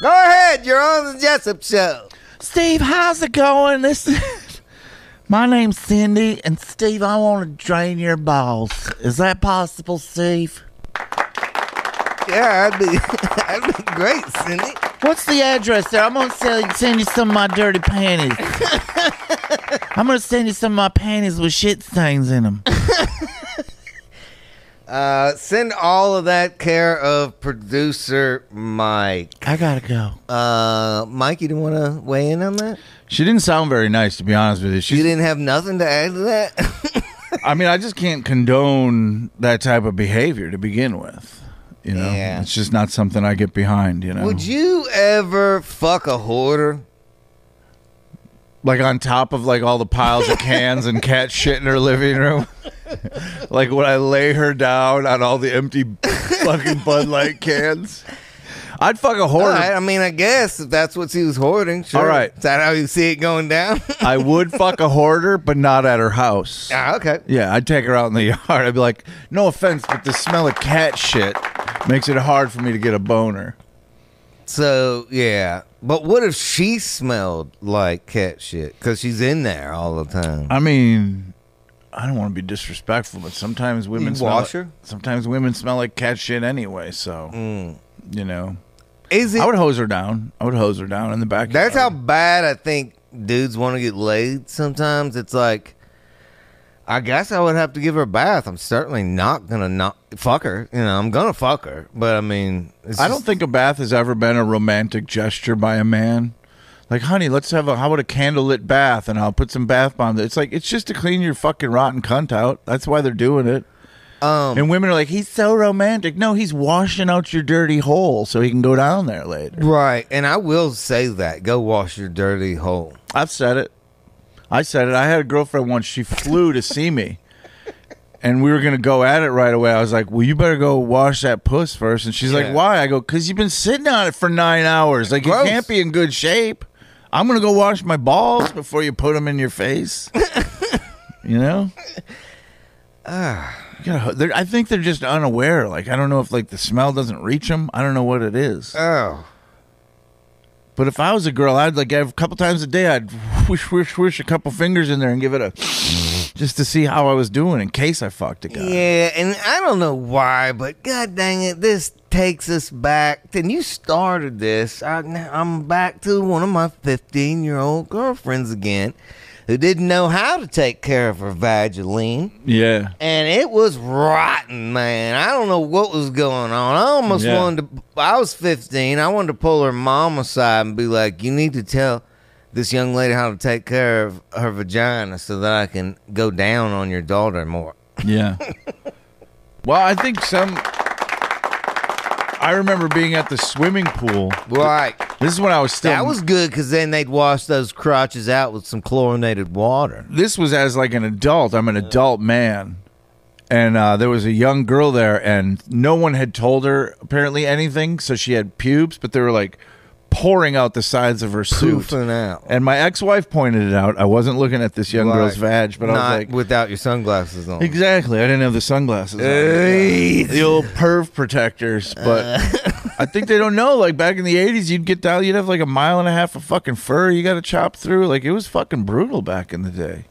Speaker 1: Go ahead. You're on the Jessup Show.
Speaker 2: Steve, how's it going? This is [laughs] my name's Cindy, and Steve, I want to drain your balls. Is that possible, Steve?
Speaker 1: Yeah, I'd be, [laughs] I'd be great, Cindy.
Speaker 2: What's the address there? I'm gonna sell you, send you some of my dirty [laughs] panties. I'm gonna send you some of my panties with shit stains in them.
Speaker 1: Uh, send all of that care of producer Mike.
Speaker 2: I gotta go.
Speaker 1: Uh, Mike, you didn't want to weigh in on that?
Speaker 2: She didn't sound very nice, to be honest with you.
Speaker 1: You
Speaker 2: She's,
Speaker 1: didn't have nothing to add to that? [laughs]
Speaker 2: I mean, I just can't condone that type of behavior to begin with. You know,
Speaker 1: Yeah.
Speaker 2: it's just not something I get behind. You know,
Speaker 1: Would you ever fuck a hoarder?
Speaker 2: like on top of like all the piles of cans and cat shit in her living room. [laughs] like when I lay her down on all the empty fucking Bud Light cans. I'd fuck a
Speaker 1: All
Speaker 2: hoarder.
Speaker 1: right, I mean, I guess if that's what she was hoarding, sure.
Speaker 2: All right.
Speaker 1: Is that how you see it going down? [laughs]
Speaker 2: I would fuck a hoarder, but not at her house.
Speaker 1: ah, okay.
Speaker 2: Yeah, I'd take her out in the [laughs] yard. I'd be like, no offense, but the smell of cat shit makes it hard for me to get a boner.
Speaker 1: So, yeah. But what if she smelled like cat shit? Because she's in there all the time.
Speaker 2: I mean, I don't want to be disrespectful, but sometimes women
Speaker 1: You
Speaker 2: smell
Speaker 1: wash
Speaker 2: like-
Speaker 1: her?
Speaker 2: sometimes women smell like cat shit anyway. So
Speaker 1: Mm.
Speaker 2: you know,
Speaker 1: Is it?
Speaker 2: I would hose her down. I would hose her down in the back.
Speaker 1: That's how bad I think dudes want to get laid sometimes. It's like, I guess I would have to give her a bath. I'm certainly not going to not fuck her. You know, I'm going to fuck her. But I mean, it's
Speaker 2: I don't
Speaker 1: just-
Speaker 2: think a bath has ever been a romantic gesture by a man. Like, honey, let's have a how about a candlelit bath, and I'll put some bath bomb. It's like it's just to clean your fucking rotten cunt out. That's why they're doing it.
Speaker 1: Um,
Speaker 2: And women are like, he's so romantic. No, he's washing out your dirty hole so he can go down there later.
Speaker 1: Right. And I will say that. Go wash your dirty hole.
Speaker 2: I've said it. I said it. I had a girlfriend once. She flew to see me, and we were gonna go at it right away. I was like, "Well, you better go wash that puss first. And she's
Speaker 1: Yeah.
Speaker 2: like, "Why?" I go, "Cause you've been sitting on it for nine hours. Like
Speaker 1: Gross.
Speaker 2: you can't be in good shape. I'm gonna go wash my balls before you put them in
Speaker 1: [laughs]
Speaker 2: your face. you know."
Speaker 1: Ah.
Speaker 2: You gotta- they're- I think they're just unaware. Like I don't know if like the smell doesn't reach them. I don't know what it is.
Speaker 1: Oh.
Speaker 2: But if I was a girl, I'd like have a couple times a day, I'd wish, wish, wish a couple fingers in there and give it a [sniffs] just to see how I was doing in case I fucked a guy.
Speaker 1: Yeah. And I don't know why, but god dang it, this takes us back. Then you started this. I, now I'm back to one of my 15 year old girlfriends again who didn't know how to take care of her Vaseline.
Speaker 2: Yeah.
Speaker 1: and it was rotten, man. I don't know what was going on. I almost
Speaker 2: Yeah.
Speaker 1: wanted to. I was fifteen. I wanted to pull her mom aside and be like, "You need to tell this young lady how to take care of her vagina so that I can go down on your daughter more."
Speaker 2: Yeah. [laughs] well, I think some. I remember being at the swimming pool.
Speaker 1: Right.
Speaker 2: This is when I was still.
Speaker 1: That was good because then they'd wash those crotches out with some chlorinated water.
Speaker 2: this was as like an adult. I'm an adult man. And uh, there was a young girl there, and no one had told her apparently anything. So she had pubes, but they were like pouring out the sides of her suit.
Speaker 1: Poofing out.
Speaker 2: And my ex-wife pointed it out. I wasn't looking at this young girl's
Speaker 1: Right.
Speaker 2: vag, but
Speaker 1: Not
Speaker 2: I was like,
Speaker 1: without your sunglasses on.
Speaker 2: exactly. I didn't have the sunglasses. on.
Speaker 1: Hey. Uh.
Speaker 2: The old perv protectors, but [laughs] I think they don't know. Like back in the '80s, you'd get down, you'd have like a mile and a half of fucking fur you got to chop through. Like it was fucking brutal back in the day.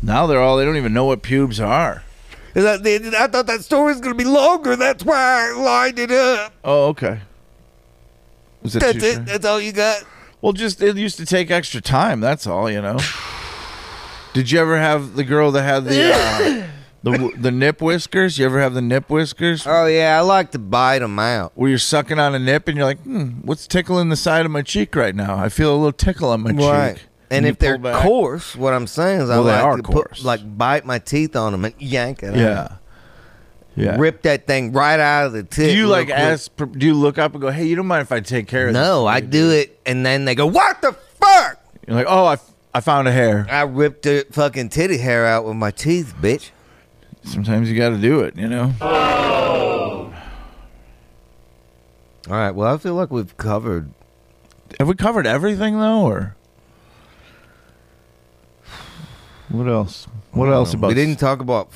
Speaker 2: Now they're all they don't even know what pubes are.
Speaker 1: I thought that story was going to be longer. That's why I lined it up.
Speaker 2: Oh, okay. Was it
Speaker 1: That's
Speaker 2: too
Speaker 1: it.
Speaker 2: short?
Speaker 1: That's all you got.
Speaker 2: Well, just it used to take extra time. That's all, you know. Did you ever have the girl that had the
Speaker 1: [coughs]
Speaker 2: uh, the w- the nip whiskers? You ever have the nip whiskers
Speaker 1: Oh yeah, I like to bite them out.
Speaker 2: where you're sucking on a nip and you're like, hmm, what's tickling the side of my cheek right now? I feel a little tickle on my cheek.
Speaker 1: And,
Speaker 2: you
Speaker 1: if they're
Speaker 2: pull back.
Speaker 1: coarse, what I'm saying is
Speaker 2: Well, they
Speaker 1: I
Speaker 2: are
Speaker 1: like to put,
Speaker 2: coarse.
Speaker 1: like bite my teeth on them and yank it. out.
Speaker 2: yeah, yeah.
Speaker 1: Rip that thing right out of the tip.
Speaker 2: do you
Speaker 1: real
Speaker 2: like
Speaker 1: quick.
Speaker 2: ask? per- Do you look up and go, hey, you don't mind if I take care of this?
Speaker 1: No, I do it, and then they go, "What the fuck?"
Speaker 2: You're like, oh, I, f- I found a hair.
Speaker 1: I ripped the fucking titty hair out with my teeth, bitch.
Speaker 2: Sometimes you got to do it, you know.
Speaker 1: All right. Well, I feel like we've covered.
Speaker 2: Have we covered everything though, or what else? What else about
Speaker 1: we didn't talk about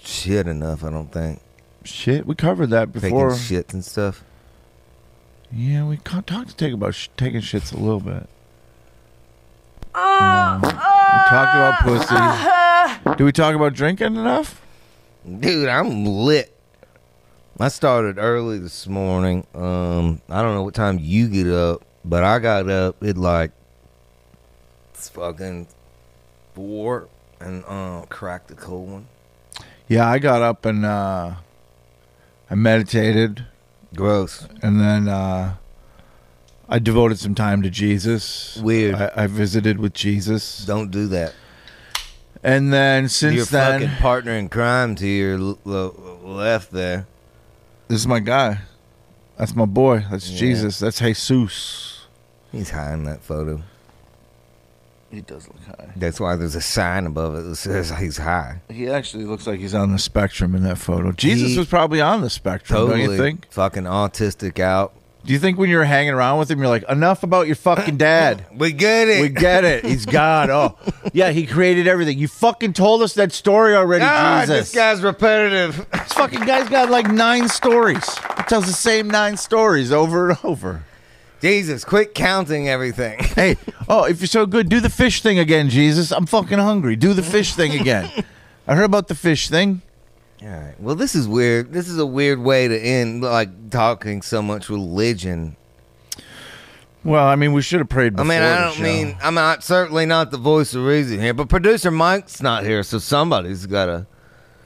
Speaker 1: shit enough. I don't think
Speaker 2: shit? We covered that
Speaker 1: taking
Speaker 2: before.
Speaker 1: shits and stuff.
Speaker 2: Yeah, we ca- talked to take about sh- taking shits a little bit. Um, we talked about pussy. Do we talk about drinking enough?
Speaker 1: Dude, I'm lit. I started early this morning. Um, I don't know what time you get up, but I got up at like it's fucking four and uh cracked a cold one.
Speaker 2: Yeah, I got up and uh, I meditated,
Speaker 1: Gross.
Speaker 2: and then uh, I devoted some time to Jesus.
Speaker 1: Weird.
Speaker 2: I, I visited with Jesus,
Speaker 1: Don't do that.
Speaker 2: and then since
Speaker 1: Your
Speaker 2: then,
Speaker 1: fucking partner in crime to your l- l- left there.
Speaker 2: This is my guy. That's my boy. That's
Speaker 1: Yeah.
Speaker 2: Jesus. That's Jesus.
Speaker 1: He's high in that photo.
Speaker 2: He does look high.
Speaker 1: That's why there's a sign above it that says he's high.
Speaker 2: He actually looks like he's on the spectrum in that photo. Jesus
Speaker 1: He-
Speaker 2: was probably on the spectrum,
Speaker 1: Totally
Speaker 2: don't you think?
Speaker 1: fucking autistic out.
Speaker 2: Do you think when you're hanging around with him, you're like, enough about your fucking [laughs] dad?
Speaker 1: We get it.
Speaker 2: We get it. He's God. Oh, yeah. He created everything. You fucking told us that story already,
Speaker 1: God,
Speaker 2: Jesus.
Speaker 1: this guy's repetitive. [laughs]
Speaker 2: This fucking guy's got like nine stories. He tells the same nine stories over and over.
Speaker 1: Jesus, quit counting [laughs] everything.
Speaker 2: Hey, oh, if you're so good, do the fish thing again, Jesus. I'm fucking hungry. Do the fish thing again. I heard about the fish thing.
Speaker 1: All right. Well, this is weird. This is a weird way to end, like talking so much religion.
Speaker 2: Well, I mean, we should have prayed
Speaker 1: I
Speaker 2: before.
Speaker 1: mean,
Speaker 2: the
Speaker 1: I don't
Speaker 2: show.
Speaker 1: mean I'm not certainly not the voice of reason here, but producer Mike's not here, so somebody's gotta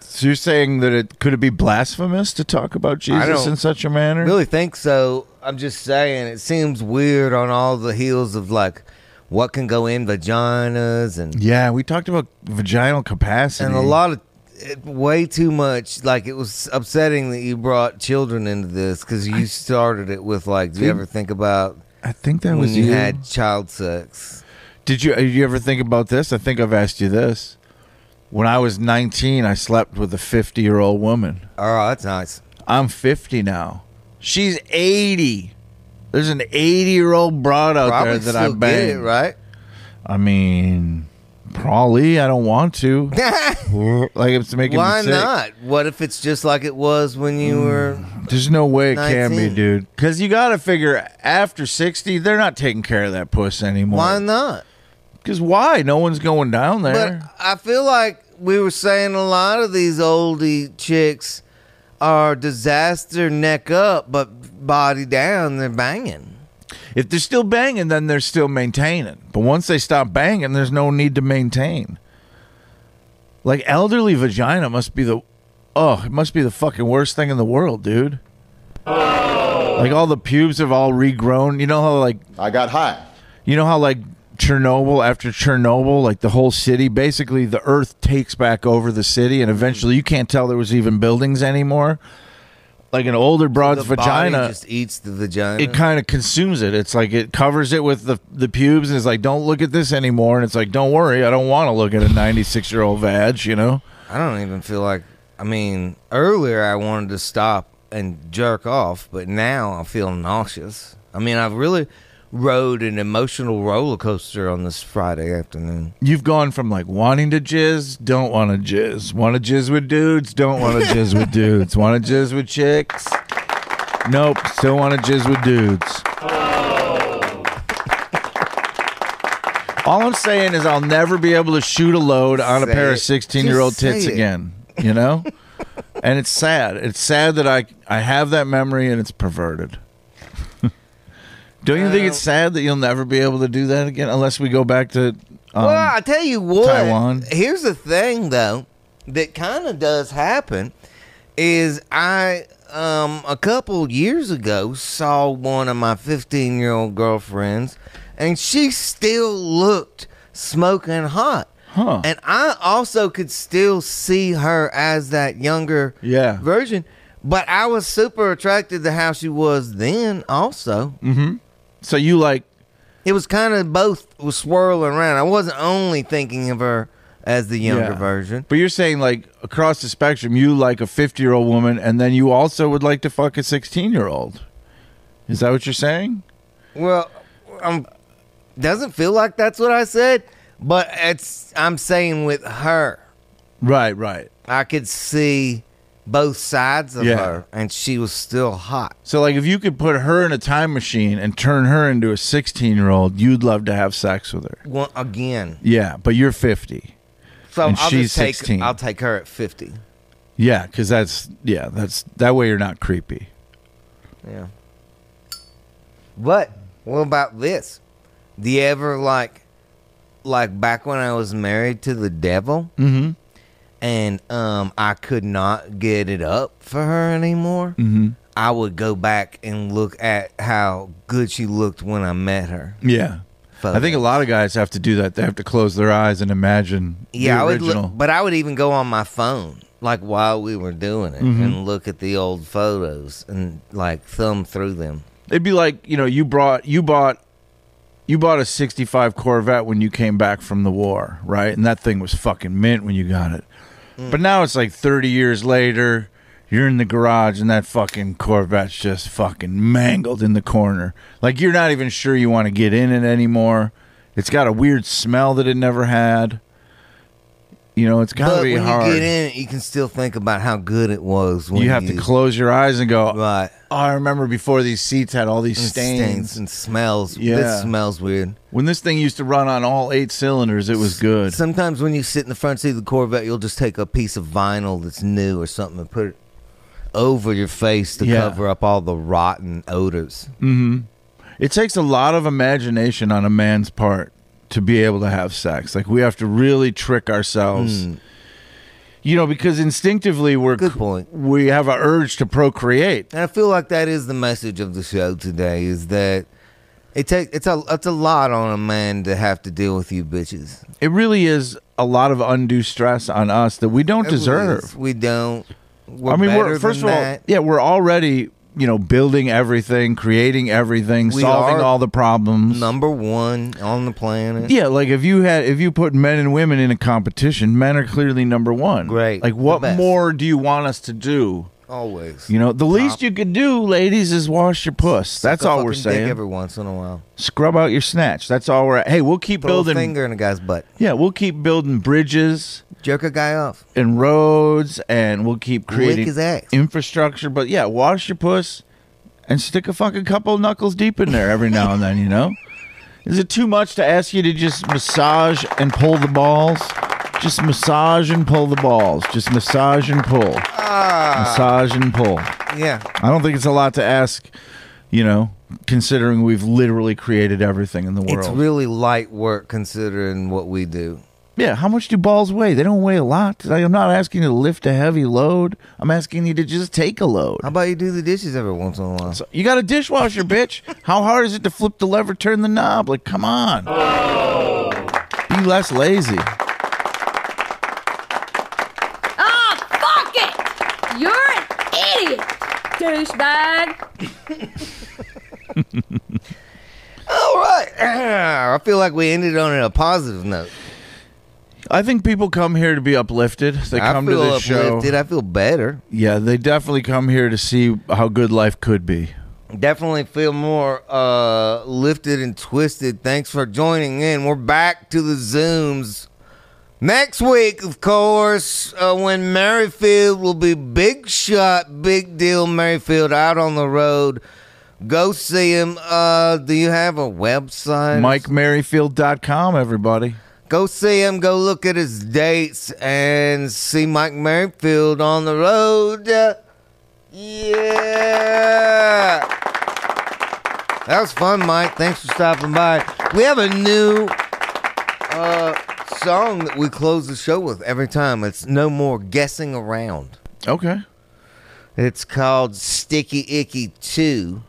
Speaker 2: So you're saying that it could it be blasphemous to talk about Jesus
Speaker 1: don't
Speaker 2: in such a manner?
Speaker 1: really think so. I'm just saying it seems weird on all the heels of like what can go in vaginas and
Speaker 2: Yeah, we talked about vaginal capacity
Speaker 1: and a lot of it, way too much. Like it was upsetting that you brought children into this because you started it with like, do you ever think about
Speaker 2: I think that
Speaker 1: when
Speaker 2: was
Speaker 1: you,
Speaker 2: you.
Speaker 1: had child sex?
Speaker 2: Did you? Did you ever think about this? I think I've asked you this. When I was 19, I slept with a 50 year old woman.
Speaker 1: Oh, that's nice.
Speaker 2: I'm 50 now. She's 80. There's an 80 year old broad out
Speaker 1: Probably
Speaker 2: there that I
Speaker 1: still get it
Speaker 2: banged.
Speaker 1: right.
Speaker 2: I mean, probably. I don't want to. like it's
Speaker 1: [laughs]
Speaker 2: making
Speaker 1: Why
Speaker 2: me Mm, sick.
Speaker 1: not? What if it's just like it was when you were?
Speaker 2: There's no way it can be,
Speaker 1: 19.
Speaker 2: dude. Because you got to figure after 60, they're not taking care of that puss anymore.
Speaker 1: Why not?
Speaker 2: Because why? No one's going down there.
Speaker 1: But I feel like we were saying a lot of these oldie chicks are disaster neck up, but body down. They're banging.
Speaker 2: if they're still banging, then they're still maintaining. But once they stop banging, there's no need to maintain. Like elderly vagina must be the oh, it must be the fucking worst thing in the world, dude. Like all the pubes have all regrown. You know how like
Speaker 4: I got high.
Speaker 2: you know how like Chernobyl after Chernobyl, like the whole city, basically the earth takes back over the city and eventually you can't tell there was even buildings anymore. Like an older broad's
Speaker 1: the body
Speaker 2: vagina
Speaker 1: just eats the vagina.
Speaker 2: it kind of consumes it. It's like it covers it with the the pubes, and it's like, don't look at this anymore. And it's like, don't worry, I don't want to look at a ninety six year old vag. You know,
Speaker 1: I don't even feel like. I mean, earlier I wanted to stop and jerk off, but now I feel nauseous. I mean, I've really rode an emotional roller coaster on this Friday afternoon.
Speaker 2: you've gone from like wanting to jizz, don't want to jizz, want to jizz with dudes, don't want to jizz with dudes, want to jizz with chicks, nope, still want to jizz with dudes. All I'm saying is I'll never be able to shoot a load on a
Speaker 1: Say
Speaker 2: pair
Speaker 1: it.
Speaker 2: of 16 year old
Speaker 1: Just say
Speaker 2: tits
Speaker 1: it.
Speaker 2: again, you know? and it's sad. It's sad that I I have that memory and it's perverted. Don't you think it's sad that you'll never be able to do that again unless we go back to? Um,
Speaker 1: well, I tell you what.
Speaker 2: Taiwan.
Speaker 1: Here's the thing, though, that kind of does happen is I um a couple years ago saw one of my 15 year old girlfriends, and she still looked smoking hot.
Speaker 2: Huh.
Speaker 1: And I also could still see her as that younger
Speaker 2: Yeah.
Speaker 1: version, but I was super attracted to how she was then. Also,
Speaker 2: so you like
Speaker 1: it was kind of both was swirling around. I wasn't only thinking of her as the younger
Speaker 2: Yeah.
Speaker 1: version.
Speaker 2: But you're saying like across the spectrum, you like a 50 year old woman, and then you also would like to fuck a 16 year old. Is that what you're saying?
Speaker 1: Well, um, doesn't feel like that's what I said, but it's I'm saying with her,
Speaker 2: Right, right.
Speaker 1: I could see both sides of
Speaker 2: Yeah.
Speaker 1: her, and she was still hot.
Speaker 2: So like, if you could put her in a time machine and turn her into a 16 year old, you'd love to have sex with her.
Speaker 1: Well, again,
Speaker 2: Yeah, but you're 50.
Speaker 1: so
Speaker 2: And
Speaker 1: I'll
Speaker 2: she's
Speaker 1: just take
Speaker 2: 16.
Speaker 1: I'll take her at fifty.
Speaker 2: Yeah, because that's yeah, that's that way you're not creepy.
Speaker 1: Yeah. But what about this? Do you ever like, like back when I was married to the devil, mm-hmm. and um, I could not get it up for her anymore. Mm-hmm. I would go back and look at how good she looked when I met her.
Speaker 2: Yeah. I think a lot of guys have to do that. They have to close their eyes and imagine
Speaker 1: Yeah,
Speaker 2: the
Speaker 1: I would
Speaker 2: original.
Speaker 1: look, but I would even go on my phone, like while we were doing it, and look at the old photos and like thumb through them.
Speaker 2: It'd be like you know you brought you bought you bought a '65 Corvette when you came back from the war, right? And that thing was fucking mint when you got it.
Speaker 1: Hmm.
Speaker 2: But now it's like 30 years later. You're in the garage and that fucking Corvette's just fucking mangled in the corner. Like you're not even sure you want to get in it anymore. It's got a weird smell that it never had. You know, it's gotta
Speaker 1: but
Speaker 2: be
Speaker 1: when
Speaker 2: hard.
Speaker 1: you get in it, you can still think about how good it was. When
Speaker 2: you have to close your eyes and go.
Speaker 1: right
Speaker 2: Oh, I remember before these seats had all these
Speaker 1: And
Speaker 2: stains.
Speaker 1: and smells.
Speaker 2: Yeah.
Speaker 1: this smells weird.
Speaker 2: When this thing used to run on all eight cylinders, it was good.
Speaker 1: Sometimes when you sit in the front seat of the Corvette, you'll just take a piece of vinyl that's new or something and put it over your face to
Speaker 2: Yeah.
Speaker 1: cover up all the rotten odors.
Speaker 2: It takes a lot of imagination on a man's part to be able to have sex. Like we have to really trick ourselves. You know, because instinctively we're
Speaker 1: Hmm. Good point.
Speaker 2: we have a urge to procreate.
Speaker 1: And I feel like that is the message of the show today: is that it take it's a it's a lot on a man to have to deal with you bitches.
Speaker 2: It really is a lot of undue stress on us that we don't
Speaker 1: It
Speaker 2: deserve.
Speaker 1: is. We don't. We're
Speaker 2: I mean,
Speaker 1: better
Speaker 2: we're first
Speaker 1: than
Speaker 2: of all,
Speaker 1: that.
Speaker 2: yeah, we're already you know building everything, creating everything,
Speaker 1: We
Speaker 2: solving
Speaker 1: are
Speaker 2: all the problems.
Speaker 1: number one on the planet.
Speaker 2: Yeah, like if you had if you put men and women in a competition, men are clearly number one.
Speaker 1: Great.
Speaker 2: Like
Speaker 1: The
Speaker 2: what
Speaker 1: best.
Speaker 2: more do you want us to do?
Speaker 1: Always.
Speaker 2: You know, the least you could do, ladies, is wash your puss. That's
Speaker 1: Suck a
Speaker 2: all we're
Speaker 1: fucking dick
Speaker 2: saying.
Speaker 1: every once in a while.
Speaker 2: Scrub out your snatch. That's all we're. Hey, we'll keep
Speaker 1: Throw
Speaker 2: building.
Speaker 1: a finger in a guy's butt.
Speaker 2: Yeah, we'll keep building bridges
Speaker 1: Jerk a guy off.
Speaker 2: and roads, and we'll keep creating
Speaker 1: his ass.
Speaker 2: infrastructure. But yeah, wash your puss and stick a fucking couple knuckles deep in there every now and then. You know, is it too much to ask you to just massage and pull the balls? Just massage and pull the balls. Just massage and pull. Massage and pull.
Speaker 1: Yeah.
Speaker 2: I don't think it's a lot to ask. You know, considering we've literally created everything in the world.
Speaker 1: It's really light work considering what we do.
Speaker 2: Yeah, how much do balls weigh? They don't weigh a lot. Like, I'm not asking you to lift a heavy load. I'm asking you to just take a load.
Speaker 1: How about you do the dishes every once in a while?
Speaker 2: So- you got a dishwasher, bitch. How hard is it to flip the lever, turn the knob? Like, come on. Be less lazy.
Speaker 4: Oh, fuck it! You're an idiot, douchebag.
Speaker 1: All right. [clears throat] I feel like we ended on a positive note.
Speaker 2: I think people come here to be uplifted. They
Speaker 1: I
Speaker 2: come to
Speaker 1: feel
Speaker 2: this show.
Speaker 1: uplifted. I feel better.
Speaker 2: Yeah, they definitely come here to see how good life could be.
Speaker 1: Definitely feel more uh, lifted and twisted. Thanks for joining in. We're back to the Zooms. Next week, of course, uh, when Merrifield will be big shot, big deal Merrifield out on the road. Go see him. Uh, do you have a website?
Speaker 2: MikeMerrifield.com, everybody.
Speaker 1: Go see him. Go look at his dates and see Mike Merrifield on the road. Yeah. That was fun, Mike. Thanks for stopping by. We have a new uh, song that we close the show with every time. It's no more guessing around.
Speaker 2: Okay.
Speaker 1: It's called Sticky Icky 2,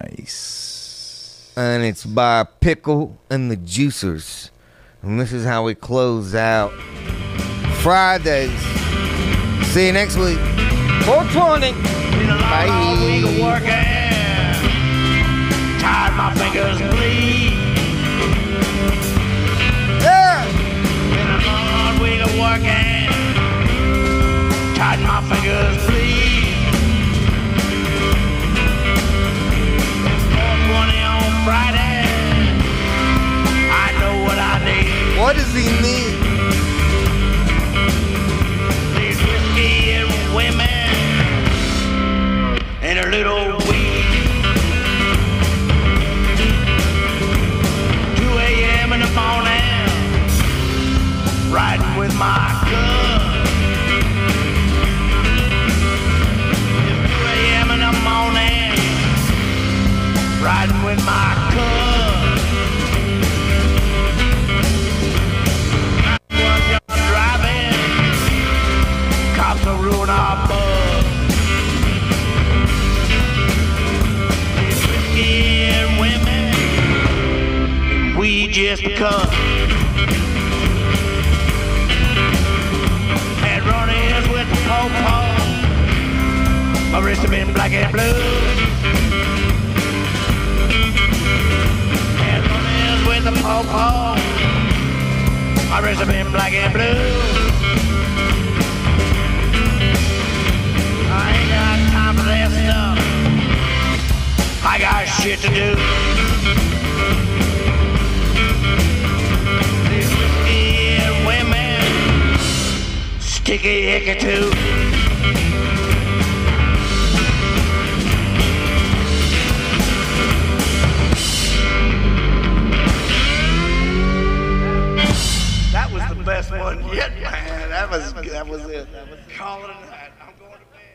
Speaker 2: Nice.
Speaker 1: and it's by Pickle and the Juicers. And this is how we close out Fridays. See you next week. 420.
Speaker 6: Bye.
Speaker 1: Bye.
Speaker 6: Week of working. Tired my fingers bleed.
Speaker 1: Yeah.
Speaker 6: Been a long week of working. Tired my fingers bleed. It's 420 on Friday. I know what I need.
Speaker 1: What does he need?
Speaker 6: Need whiskey and women. And a little weed. 2 a.m. in the morning, riding with my gun. It's 2 a.m. in the morning, riding with my gun. Was young driving, cops will ruin our buzz. It's whiskey and women. We just come. Had run ins with the po-po. My wrist have been black and blue. Had run ins with the po-po. My wrist have been black and blue. I ain't got time for that stuff. I got shit to do. Yeah, women, sticky icky too. That was the best one yet, man. That was that was it. Call it a night. I'm going to bed.